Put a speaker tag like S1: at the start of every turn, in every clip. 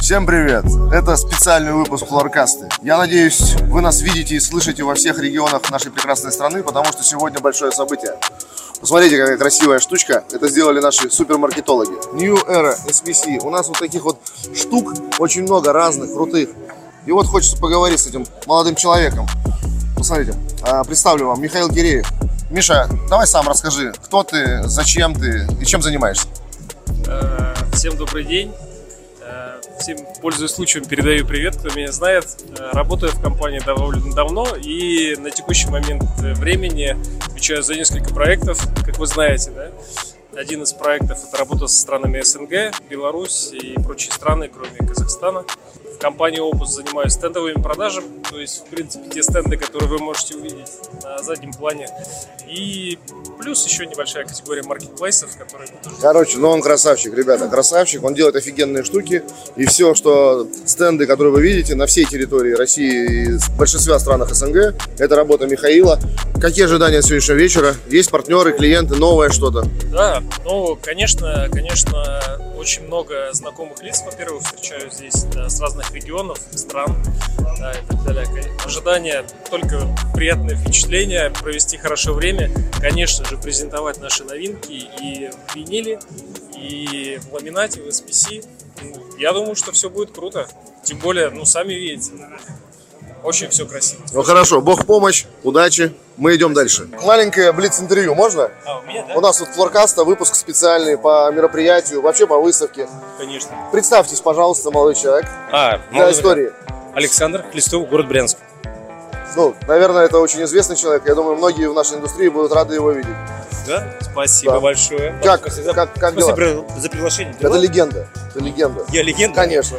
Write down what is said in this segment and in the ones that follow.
S1: Всем привет! Это специальный выпуск Флоркасты. Я надеюсь, вы нас видите и слышите во всех регионах нашей прекрасной страны, потому что сегодня большое событие. Посмотрите, какая красивая штучка. Это сделали наши супермаркетологи. New Era SPC. У нас вот таких вот штук очень много разных, крутых. И вот хочется поговорить с этим молодым человеком. Посмотрите, а, представлю вам Михаил Киреев. Миша, давай сам расскажи, кто ты, зачем ты и чем занимаешься.
S2: Э, Всем добрый день. Э, Всем, пользуясь случаем, передаю привет, кто меня знает. Э, Работаю в компании довольно давно и на текущий момент э, времени отвечаю за несколько проектов, как вы знаете, да. Один из проектов – это работа со странами СНГ, Беларусь и прочие страны, кроме Казахстана. В компании Opus занимаюсь стендовыми продажами, то есть, в принципе, те стенды, которые вы можете увидеть на заднем плане. И плюс еще небольшая категория маркетплейсов, которые мы тоже
S1: Короче, ну он красавчик, ребята, красавчик. Он делает офигенные штуки. И все, что стенды, которые вы видите на всей территории России и в большинстве странах СНГ, это работа Михаила. Какие ожидания от сегодняшнего вечера? Есть партнеры, клиенты, новое что-то?
S2: Да, ну, конечно, конечно, очень много знакомых лиц, во-первых, встречаю здесь да, с разных регионов, стран да, и так далее. Кон- Ожидания, только приятные впечатления, провести хорошо время, конечно же, презентовать наши новинки и в виниле, и в ламинате, в SPC. Ну, Я думаю, что все будет круто, тем более, ну, сами видите, очень все красиво.
S1: Ну хорошо, бог в помощь, удачи, мы идем дальше. Маленькое блиц-интервью можно?
S2: А, у меня,
S1: У нас тут Флоркаста, выпуск специальный по мероприятию, вообще по выставке.
S2: Конечно.
S1: Представьтесь, пожалуйста, молодой человек,
S3: А,
S1: для
S3: ну,
S1: истории.
S3: Александр Хлестов, город Брянск.
S1: Ну, наверное, это очень известный человек. Я думаю, многие в нашей индустрии будут рады его видеть.
S3: Да? Спасибо
S1: Да.
S3: большое.
S1: Как,
S3: Спасибо за,
S1: как, как дела?
S3: спасибо при- за приглашение.
S1: Это легенда. Это легенда.
S3: Я легенда? А,
S1: Конечно.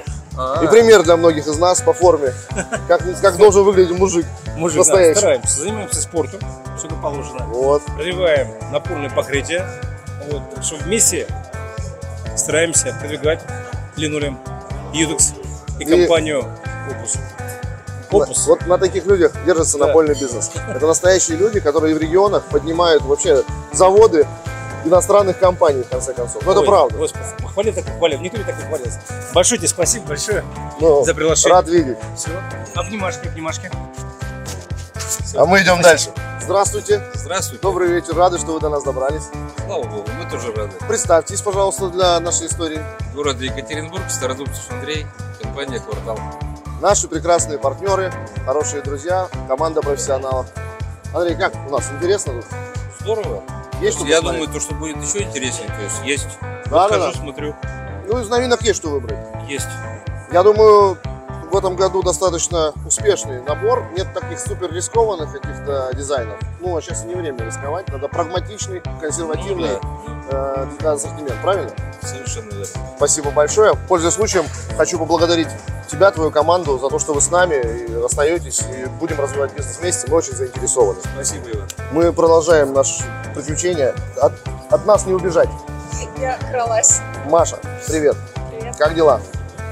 S1: И пример для многих из нас по форме. Как, как должен выглядеть мужик.
S3: Мужик, да,
S1: настоящий.
S3: стараемся, занимаемся спортом, все как положено.
S1: Вот.
S3: Развиваем напорное покрытие. Вот, так что вместе стараемся продвигать линолеум, Юдекс и,
S1: И-
S3: компанию Опус. Опус.
S1: Вот на таких людях держится
S3: Да.
S1: напольный бизнес. Это настоящие люди, которые в регионах поднимают вообще заводы иностранных компаний, в конце концов. Ну, это
S3: Ой,
S1: правда.
S3: Господи, похвалил так похвалил, никто не так не хвалил. Большое тебе спасибо, большое
S1: Ну,
S3: за приглашение.
S1: рад видеть.
S3: Все. Обнимашки, обнимашки.
S1: А мы идем дальше. Здравствуйте.
S4: Здравствуйте.
S1: Добрый вечер. Рады, что вы до нас добрались.
S4: Слава Богу, мы тоже рады.
S1: Представьтесь, пожалуйста, для нашей истории.
S4: Город Екатеринбург, Стародубцев Андрей, компания «Квартал».
S1: Наши прекрасные партнеры, хорошие друзья, команда профессионалов. Андрей, как у нас? Интересно тут?
S4: Здорово.
S1: Есть что
S4: Я
S1: посмотреть?
S4: думаю, то, что будет еще интереснее, то есть есть.
S1: Да,
S4: Вот
S1: да,
S4: хожу,
S1: да.
S4: смотрю,
S1: Ну, из новинок есть что выбрать.
S4: есть.
S1: Я думаю, в этом году достаточно успешный набор. Нет таких супер рискованных каких-то дизайнов. Ну, а сейчас не время рисковать. Надо прагматичный, консервативный
S4: Ну
S1: э, да, ассортимент, правильно?
S4: Совершенно верно.
S1: Спасибо большое. Пользуясь случаем, хочу поблагодарить тебя, твою команду за то, что вы с нами и остаетесь, и будем развивать бизнес вместе. Мы очень заинтересованы.
S4: Спасибо, Иван.
S1: Мы продолжаем наше приключение. От, от нас не убежать.
S5: Я кралась.
S1: Маша, привет.
S5: Привет.
S1: Как дела?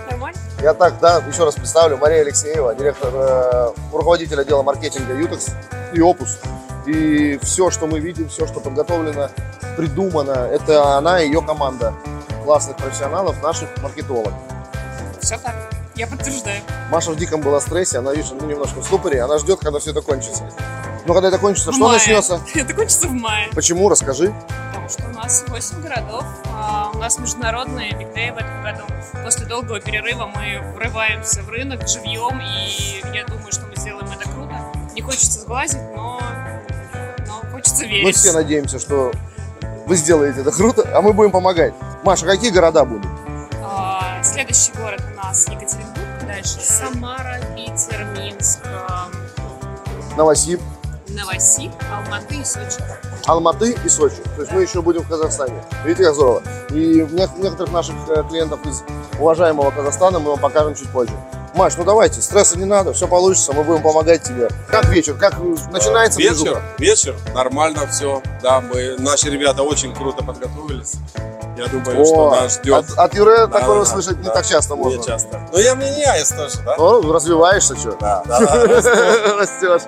S5: Нормально?
S1: Я так, да, еще раз представлю. Мария Алексеева, директор, э, руководитель отдела маркетинга Ютекс и Опус. И все, что мы видим, все, что подготовлено, придумано, это она и ее команда классных профессионалов, наших маркетологов.
S5: Все так. Я подтверждаю.
S1: Маша в диком была стрессе, она, видишь, ну, немножко в ступоре, она ждет, когда все это кончится. Но когда это кончится,
S5: В
S1: что
S5: мае.
S1: начнется?
S5: Это кончится в мае.
S1: Почему? Расскажи.
S5: Потому что у нас 8 городов. а у нас международные бигдей в этом году. После долгого перерыва мы врываемся в рынок живьем. И я думаю, что мы сделаем это круто. Не хочется сглазить, но, но хочется верить.
S1: Мы Ну, все надеемся, что вы сделаете это круто, а мы будем помогать. Маша, какие города будут?
S5: А, Следующий город у нас Екатеринбург. Дальше Самара, Питер, Минск, а,
S1: Новосиб,
S5: Новосиб, Алматы и Сочи.
S1: Алматы и Сочи. То есть мы еще будем в Казахстане. Видите, как здорово. И нек- некоторых наших э, клиентов из уважаемого Казахстана мы вам покажем чуть позже. Маш, ну давайте, стресса не надо, все получится, мы будем помогать тебе. Как вечер? Как э, начинается
S6: вечер,
S1: движуха?
S6: вечер, нормально все. Да, мы, наши ребята очень круто подготовились. Я думаю,
S1: О,
S6: что нас ждет.
S1: от, от Юре
S6: Да,
S1: такое
S6: да,
S1: слышать не
S6: да.
S1: так часто можно.
S6: Не часто. Ну, я меняюсь тоже, да?
S1: Ну, развиваешься, что?
S6: Да, да, да.
S1: Растешь.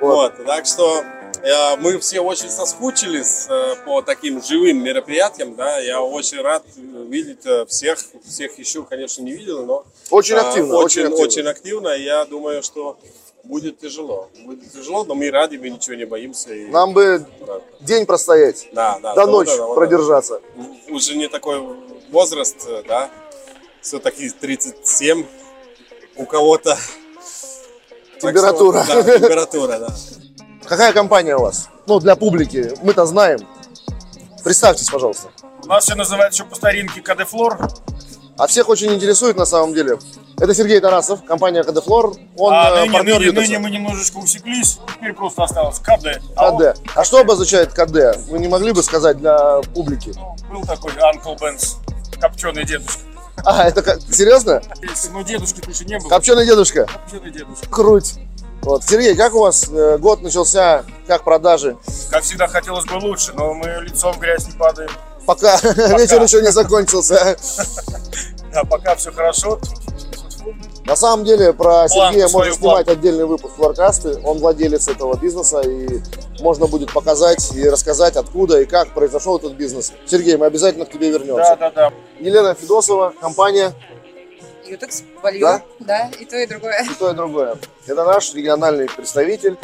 S1: Вот.
S6: Вот, так что
S7: Э, Мы все очень соскучились э, по таким живым мероприятиям, да. Я очень рад видеть э, всех, всех еще, конечно, не видел, но
S1: Очень
S7: э,
S1: активно, очень
S7: очень,
S1: активно.
S7: очень активно. Я думаю, что будет тяжело, будет тяжело, но мы рады, мы ничего не боимся. и-
S1: Нам бы
S7: Да,
S1: день простоять,
S7: да, да,
S1: до
S7: да,
S1: ночи
S7: да, да, да.
S1: продержаться.
S7: Уже не такой возраст, э, да. Все-таки 37 у кого-то. Так что,
S1: Температура.
S7: да, температура, да.
S1: Какая компания у вас? Ну, для публики, мы-то знаем. Представьтесь, пожалуйста.
S2: У нас все называют еще по старинке кадефлор.
S1: А всех очень интересует на самом деле. Это Сергей Тарасов, компания Кадефлор. Он
S2: а
S1: э,
S2: ныне,
S1: партнер
S2: ныне,
S1: Витаса.
S2: ныне мы немножечко усеклись. Теперь просто осталось КД. А вот,
S1: КД. А что обозначает КД? Вы не могли бы сказать для публики?
S2: ну, был такой Анкл Бенс, копченый дедушка.
S1: А, это как- серьезно?
S2: Если, ну, дедушки-то еще не было.
S1: Копченый дедушка?
S2: Копченый дедушка.
S1: Круть. Вот. Сергей, как у вас э, год начался? Как продажи?
S2: Как всегда, хотелось бы лучше, но мы лицом в грязь не падаем.
S1: Пока, вечер еще не закончился.
S2: Да, А пока все хорошо.
S1: На самом деле про
S2: Планку
S1: Сергея можно
S2: свою
S1: снимать отдельный выпуск Флоркасты. Он владелец этого бизнеса и можно будет показать и рассказать, откуда и как произошел этот бизнес. Сергей, мы обязательно к тебе
S2: Да,
S1: вернемся.
S2: да, да.
S1: Елена Федосова, компания
S8: Ютекс болью.
S1: Да?
S8: да, и то, и другое.
S1: и то и другое. Это наш региональный представитель.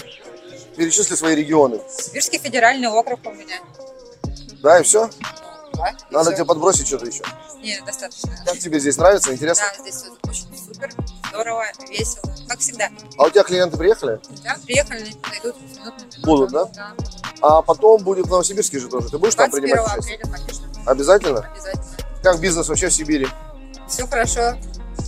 S1: Перечисли свои регионы.
S8: Сибирский федеральный округ у меня.
S1: Да, и все?
S8: Да, и
S1: Надо
S8: всё.
S1: тебе подбросить что-то еще.
S8: Не, достаточно.
S1: Как тебе здесь нравится, интересно?
S8: Да, здесь всё очень супер, здорово, весело, как всегда.
S1: А у тебя клиенты приехали?
S8: Да, приехали, найдут минут на минуту.
S1: Будут, да?
S8: Да,
S1: А потом будет в Новосибирске же тоже. Ты будешь там
S8: 21
S1: принимать участие?
S8: апреля, конечно,
S1: Обязательно?
S8: обязательно.
S1: Как бизнес вообще в Сибири?
S8: Все хорошо,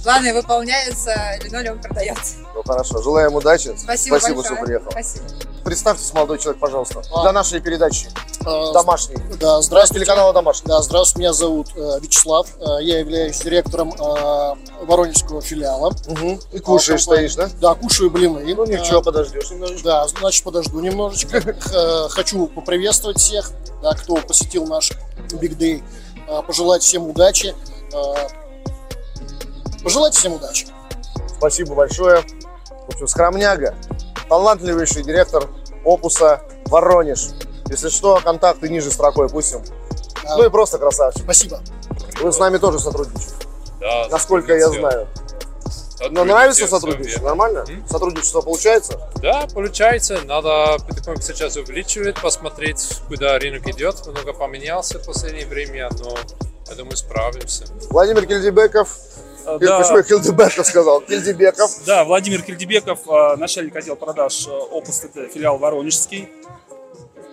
S8: планы выполняются, линолеум продается.
S1: Ну хорошо, желаем удачи.
S8: Спасибо,
S1: Спасибо,
S8: большое.
S1: что приехал.
S8: Спасибо.
S1: Представьтесь, молодой человек, пожалуйста,
S9: А.
S1: для нашей передачи
S9: Э,
S1: домашней.
S9: Да, здравствуйте.
S1: Телеканала «Домашний».
S9: Да, здравствуйте, меня зовут э, Вячеслав. Э, Я являюсь директором э, Воронежского филиала.
S1: И кушаешь,
S9: А, компания.
S1: стоишь, да?
S9: Да, кушаю блины. Э,
S1: Ну ничего, подождешь немножечко.
S9: Да, значит, подожду немножечко. Э, Хочу поприветствовать всех, да, кто посетил наш Big Day. Э, Пожелать всем удачи. Э, Пожелать всем удачи.
S1: Спасибо большое. В общем, скромняга, талантливейший директор опуса Воронеж. Если что, контакты ниже строкой пустим.
S9: Да.
S1: Ну и просто красавчик.
S9: Спасибо.
S1: Вы с нами тоже сотрудничаете,
S10: Да,
S1: насколько я знаю. Но нравится сотрудничество? Нормально? Сотрудничество получается?
S11: Да, получается. Надо потихоньку сейчас увеличивать, посмотреть, куда рынок идет. Много поменялся в последнее время, но я думаю, справимся.
S1: Владимир Кильдебеков.
S2: Э, Да.
S1: Почему я Кильдебеков сказал? Кильдебеков.
S2: Да, Владимир Кельдебеков, э, начальник отдела продаж э, Opus TT, филиал Воронежский.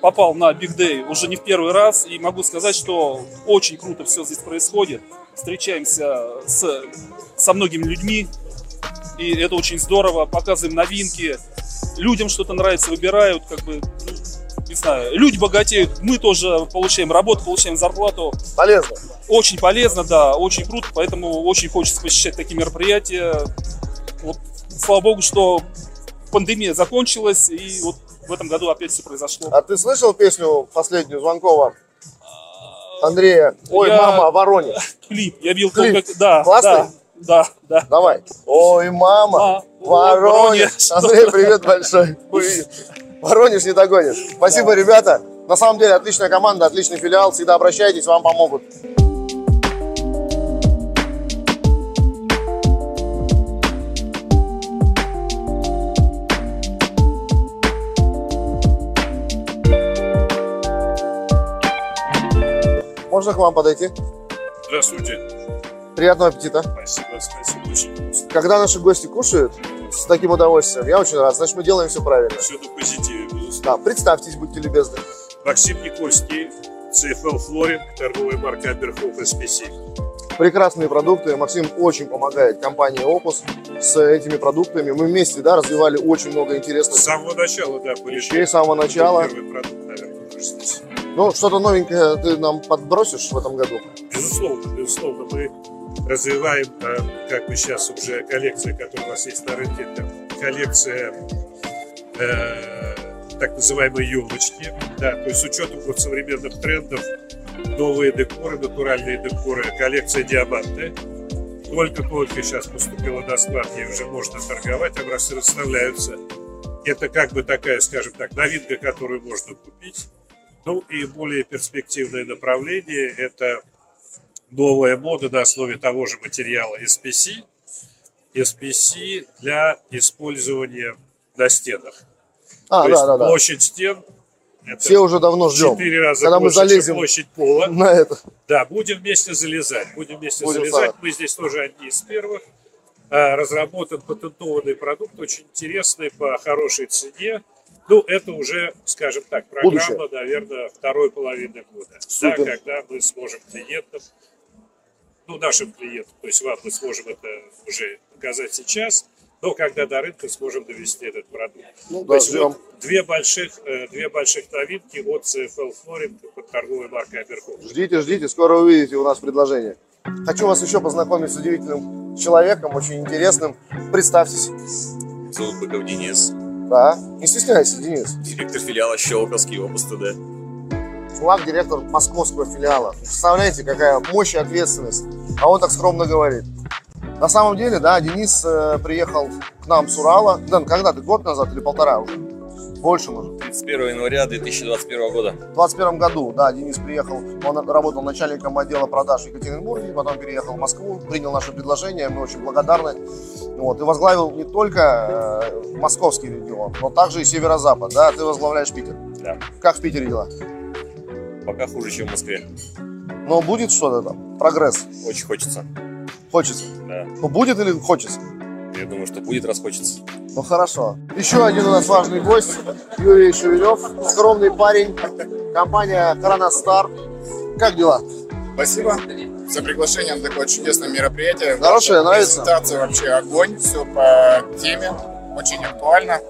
S2: Попал на Big Day уже не в первый раз, и могу сказать, что очень круто все здесь происходит. Встречаемся с, со многими людьми, и это очень здорово. Показываем новинки, людям что-то нравится, выбирают, как бы, ну, не знаю, люди богатеют, мы тоже получаем работу, получаем зарплату.
S1: Полезно.
S2: Очень полезно, да, очень круто, поэтому очень хочется посещать такие мероприятия. Вот, слава богу, что пандемия закончилась, и вот в этом году опять все произошло.
S1: А ты слышал песню последнюю Звонкова? Андрея. Ой,
S2: Я-
S1: мама, о вороне.
S2: Клип, я видел,
S1: Клип.
S2: как... Да,
S1: Классный?
S2: да, да, да.
S1: Давай. Ой, мама,
S2: Мама,
S1: Воронеж. А
S2: Воронеж.
S1: Андрей, привет большой. Ой, Воронеж не догонишь. Спасибо, ребята. На самом деле, отличная команда, отличный филиал. Всегда обращайтесь, вам помогут. Можно к вам подойти?
S2: Здравствуйте.
S1: Приятного аппетита.
S2: Спасибо, спасибо, очень вкусно.
S1: Когда наши гости кушают с таким удовольствием, я очень рад. Значит, мы делаем все правильно.
S2: Все на позитиве, безусловно.
S1: Да, представьтесь, будьте любезны.
S2: Максим Никольский, CFL Флоринг, торговая марка Аберхоф СПС.
S1: Прекрасные продукты. Максим очень помогает компании Opus с этими продуктами. Мы вместе да, развивали очень много интересных
S2: самого начала, да,
S1: вещей с самого начала.
S2: Первый продукт, наверное, здесь.
S1: Ну, что-то новенькое ты нам подбросишь в этом году?
S2: Безусловно, безусловно, мы развиваем, э, как бы сейчас уже коллекция, которая у нас есть на рынке, это коллекция э, так называемой елочки, да, то есть с учетом вот современных трендов, новые декоры, натуральные декоры, коллекция диаманты. Только только сейчас поступила на склад, ей уже можно торговать, образцы а расставляются.
S12: Это как бы такая, скажем так, новинка, которую можно купить. Ну и более перспективное направление – это новая мода на основе того же материала SPC. SPC для использования на стенах.
S1: А,
S12: То
S1: да,
S12: есть
S1: да, да.
S12: площадь стен это
S1: Все уже давно ждем.
S12: Четыре раза
S1: Когда мы
S12: больше, чем
S1: залезем
S12: площадь пола.
S1: на это.
S12: Да, будем вместе залезать. Будем вместе
S1: Будем
S12: залезать.
S1: сами.
S12: Мы здесь тоже одни из первых. А, Разработан патентованный продукт, очень интересный, по хорошей цене. Ну, это уже, скажем так, программа,
S1: Будущее.
S12: наверное, второй половины года.
S1: Супер.
S12: Да, когда мы сможем клиентам, ну, нашим клиентам, то есть вам мы сможем это уже показать сейчас, но когда до рынка сможем довести этот продукт.
S1: Ну,
S12: То есть
S1: да, ждем.
S12: вот две больших, э, две больших новинки от CFL Flooring под торговой маркой Аберхов.
S1: Ждите, ждите, скоро увидите у нас предложение. Хочу вас еще познакомить с удивительным человеком, очень интересным. Представьтесь.
S13: Зовут Быков Денис,
S1: Да, не стесняйся, Денис.
S13: директор филиала Щелковский область ТД.
S1: Чувак директор московского филиала. Представляете, какая мощь и ответственность. А он так скромно говорит. На самом деле, да, Денис э, приехал к нам с Урала. Дэн, когда ты? Год назад или полтора уже? Больше, может?
S13: 31 января 2021 года.
S1: В 21 году, да, Денис приехал, он работал начальником отдела продаж в Екатеринбурге, потом переехал в Москву, принял наше предложение, мы очень благодарны. Вот, и возглавил не только э, московский регион, но также и северо-запад, да, ты возглавляешь Питер.
S13: Да.
S1: Как в Питере дела?
S13: Пока хуже, чем в Москве.
S1: Но Ну, будет что-то там? Прогресс?
S13: Очень хочется.
S1: Хочется?
S13: Да.
S1: Ну, будет или хочется?
S13: Я думаю, что будет, раз хочется.
S1: Ну, хорошо. Еще один у нас важный гость, Юрий Шевелев, скромный парень, компания Кроностар. Как дела?
S14: Спасибо за приглашение на такое чудесное мероприятие.
S1: Хорошее,
S14: Ваша
S1: нравится.
S14: Презентация вообще огонь, все по теме, очень актуально.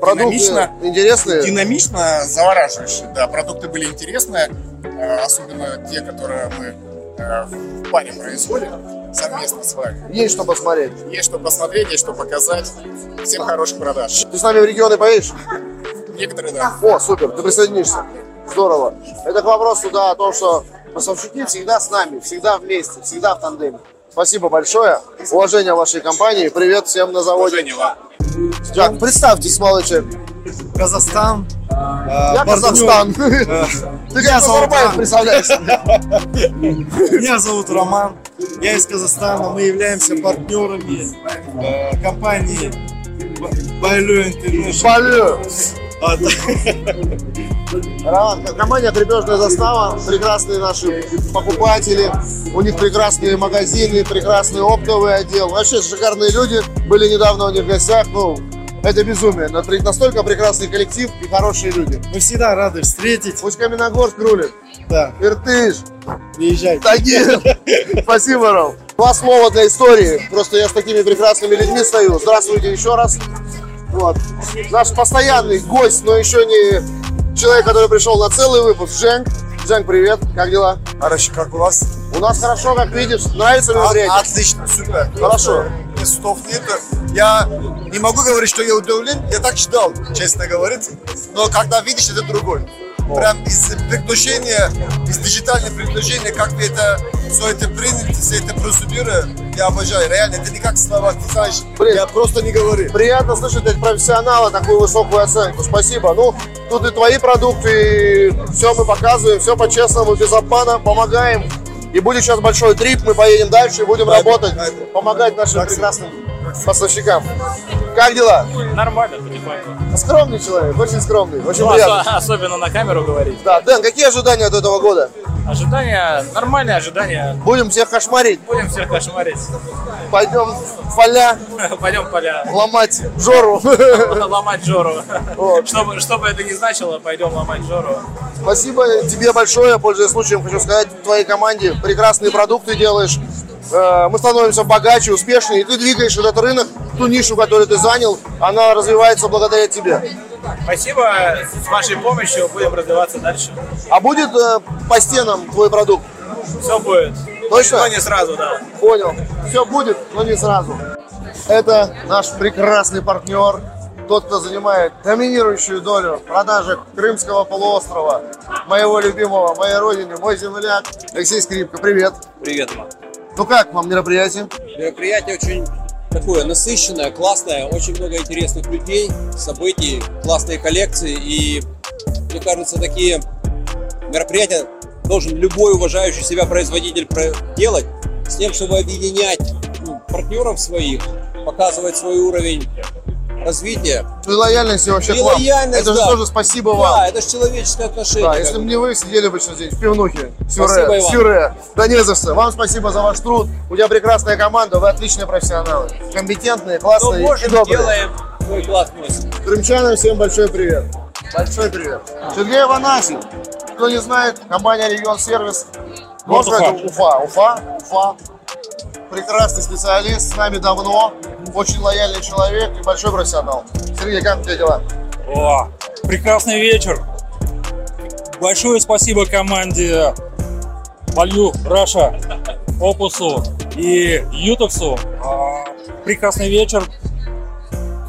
S1: Продукты интересные?
S14: Динамично, завораживающе, да. Продукты были интересные, э, особенно те, которые мы э, в паре производим совместно с вами.
S1: Есть что посмотреть.
S14: Есть что посмотреть, есть что показать. Всем хороших продаж.
S1: Ты с нами в регионы поедешь?
S14: Некоторые, да.
S1: О, супер, ты присоединишься. Здорово. Это к вопросу, да, о том, что поставщики всегда с нами, всегда вместе, всегда в тандеме. Спасибо большое. Уважение вашей компании. Привет всем на заводе. Так, представьтесь, молодой человек.
S15: Казахстан.
S1: Я Казахстан. Ты как Назарбаев представляешься.
S15: Меня зовут Роман. Я из Казахстана. Мы являемся партнерами э, компании Байлю А,
S1: Интернешнл. Роман, компания «Крепежная застава», прекрасные наши покупатели, у них прекрасные магазины, прекрасный оптовый отдел. Вообще шикарные люди, были недавно у них в гостях, ну, это безумие. Но при- Настолько прекрасный коллектив и хорошие люди.
S15: Мы всегда рады встретить.
S1: Пусть Каменогорск рулит.
S15: Да.
S1: Иртыш.
S15: Приезжайте.
S1: Тагил. Спасибо, Ром. Два слова для истории. Просто я с такими прекрасными людьми стою. Здравствуйте еще раз. Вот. Наш постоянный гость, но еще не человек, который пришел на целый выпуск. Женк. Женк, привет. Как дела?
S16: Хорошо, как у вас?
S1: У нас хорошо, как видишь. Нравится
S16: А-
S1: мероприятие?
S16: Отлично, супер.
S1: Хорошо.
S16: Просто Слов нет. Я не могу говорить, что я удивлен. Я так ждал, честно говорить. Но когда видишь, это другой. Прям из приключения, из диджитального приключения, как вы это, все это приняли, все это процедуры, я обожаю. Реально, это не как слова, ты знаешь, я просто не говорю.
S1: Приятно слышать от профессионала такую высокую оценку. Спасибо. Ну, тут и твои продукты, и все мы показываем, все по-честному, без обмана, помогаем. И будет сейчас большой трип, мы поедем дальше и будем работать, помогать нашим прекрасным поставщикам. Как дела?
S17: Нормально, потихоньку.
S1: Скромный человек, очень скромный, очень
S17: Ну,
S1: приятно.
S17: осо- особенно на камеру говорить.
S1: Да, Дэн, какие ожидания от этого года?
S17: Ожидания, нормальные ожидания.
S1: Будем всех кошмарить.
S17: Будем всех кошмарить.
S1: Пойдем в поля
S17: Пойдем в поля.
S1: ломать жору.
S17: Ломать Жору. Чтобы, чтобы это не значило, пойдем ломать Жору.
S1: Спасибо тебе большое, пользуясь случаем, хочу сказать твоей команде, прекрасные продукты делаешь, Э, мы становимся богаче, успешнее, и ты двигаешь этот рынок, ту нишу, которую ты занял, она развивается благодаря тебе.
S17: Спасибо. С вашей помощью будем развиваться дальше.
S1: А будет э, по стенам твой продукт?
S17: Все будет.
S1: Точно?
S17: Но не сразу, да.
S1: Понял. Все будет, но не сразу. Это наш прекрасный партнер, тот, кто занимает доминирующую долю в продажах Крымского полуострова, моего любимого, моей родины, мой земляк Алексей Скрипка. Привет.
S18: Привет, Мак.
S1: Ну как вам мероприятие?
S18: Мероприятие очень такое насыщенное, классное, очень много интересных людей, событий, классные коллекции. И мне кажется, такие мероприятия должен любой уважающий себя производитель про- делать с тем, чтобы объединять ну, партнеров своих, показывать свой уровень развития.
S1: Ну, И лояльность и вообще
S18: И
S1: к вам.
S18: лояльность,
S1: Это же
S18: да.
S1: тоже спасибо
S18: Да,
S1: вам.
S18: это же человеческое отношение.
S1: Да,
S18: как
S1: если бы
S18: бы.
S1: не вы сидели бы сейчас здесь, в пивнухе, сюре,
S18: Спасибо и вам.
S1: сюре. Да не за что. Вам спасибо за ваш труд. У тебя прекрасная команда, вы отличные профессионалы. Компетентные, классные
S18: Ну, можем,
S1: и добрые.
S18: делаем. Ой, класс, мысль.
S1: Крымчанам всем большой привет. Большой привет. Сергей Ванасин. Кто не знает, компания Регион Сервис.
S14: Город
S1: Можно
S14: Уфа.
S1: это Ну, Уфа, Уфа, Уфа. Прекрасный специалист, с нами давно, очень лояльный человек и большой профессионал. Сергей, как у тебя дела?
S19: О, прекрасный вечер. Большое спасибо команде Value Раша, Опусу и Ютоксу. А, Прекрасный вечер,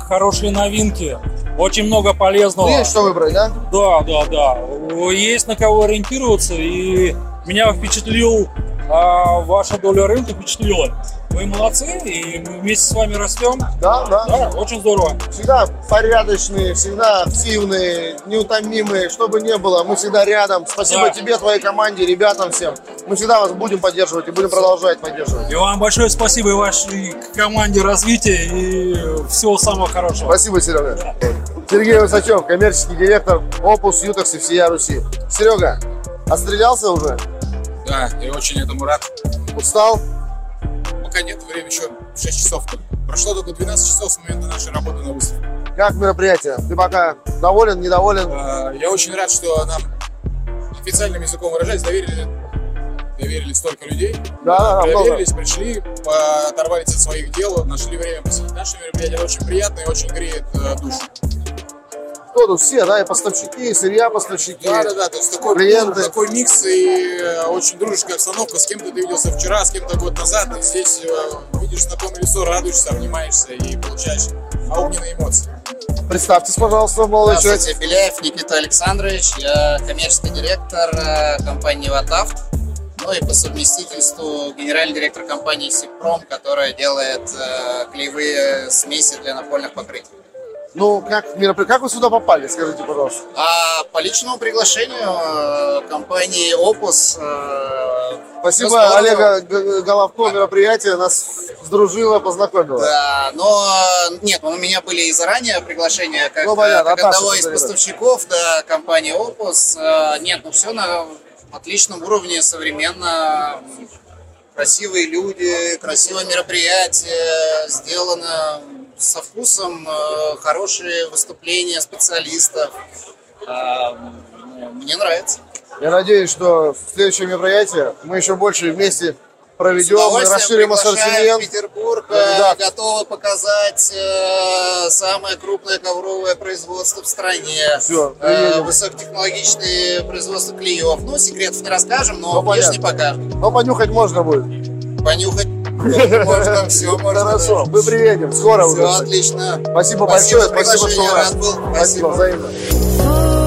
S19: хорошие новинки, очень много полезного.
S1: Ну, есть что выбрать, да?
S19: Да, да, да. О, Есть на кого ориентироваться, и меня впечатлил а, ваша доля рынка впечатлила. Вы молодцы, и мы вместе с вами растем.
S1: Да, да.
S19: очень здорово.
S1: Всегда порядочные, всегда активные, неутомимые, что бы ни было, мы всегда рядом. Спасибо
S19: Да.
S1: тебе, твоей команде, ребятам всем. Мы всегда вас будем поддерживать и будем продолжать поддерживать.
S19: И вам большое спасибо и вашей команде развития и всего самого хорошего.
S1: Спасибо, Серега. Сергей Высочев, коммерческий директор Opus Ютекс и всея Руси. Серега, отстрелялся уже?
S20: Да, я очень этому рад.
S1: Устал?
S20: Пока нет, время еще 6 часов только. Прошло только 12 часов с момента нашей работы на выставке.
S1: Как мероприятие? Ты пока доволен, недоволен?
S20: А, Я очень рад, что нам официальным языком выражаясь, доверили, доверили столько людей.
S1: Да, да, да,
S20: Доверились,
S1: много.
S20: пришли, по- оторвались от своих дел, нашли время посетить наше мероприятие. Очень приятно и очень греет э, душу.
S1: Кто тут все, да, и поставщики, и сырья поставщики.
S20: Да, да, да, то есть такой,
S1: клиенты.
S20: такой микс и э, очень дружеская обстановка. С кем-то ты виделся вчера, с кем-то год назад. И здесь э, видишь знакомое лицо, радуешься, обнимаешься и получаешь огненные эмоции.
S1: Представьтесь, пожалуйста, молодой человек.
S7: Здравствуйте, Беляев Никита Александрович, я коммерческий директор э, компании Ватафт, ну и по совместительству генеральный директор компании Сипром, которая делает э, клеевые смеси для напольных покрытий.
S1: Ну, как, меропри- как вы сюда попали, скажите, пожалуйста?
S7: А по личному приглашению э, компании Opus э,
S1: Спасибо,
S7: расположена-
S1: Олега Г- Головко, мероприятие нас сдружила, познакомила.
S7: Да, но э, нет, у меня были и заранее приглашения как,
S1: Ну, понятно,
S7: э,
S1: от
S7: как
S1: наших
S7: одного из
S1: заберет.
S7: поставщиков, да, компании Opus. Э, Нет, ну все на отличном уровне, современно. Красивые люди, красивое мероприятие, сделано со вкусом, э, хорошие выступления специалистов. Э, ну, Мне нравится.
S1: Я надеюсь, что в следующее мероприятие мы еще больше вместе проведем,
S7: С удовольствием
S1: расширим
S7: приглашаем
S1: ассортимент.
S7: в Петербург, э,
S1: Да.
S7: готовы показать э, самое крупное ковровое производство в стране.
S1: Всё,
S7: Э,
S1: приедем.
S7: высокотехнологичные производства клеев. Ну, секретов не расскажем, но
S1: Ну,
S7: внешне
S1: понятно.
S7: покажем.
S1: Но понюхать можно будет.
S7: Понюхать можно, все можно.
S1: Хорошо, мы приедем, скоро
S7: Все
S1: уже.
S7: отлично.
S1: Спасибо
S7: Спасибо
S1: большое,
S7: за
S1: спасибо, что
S7: приглашение,
S1: вы-
S7: рад был.
S1: Спасибо, взаимно.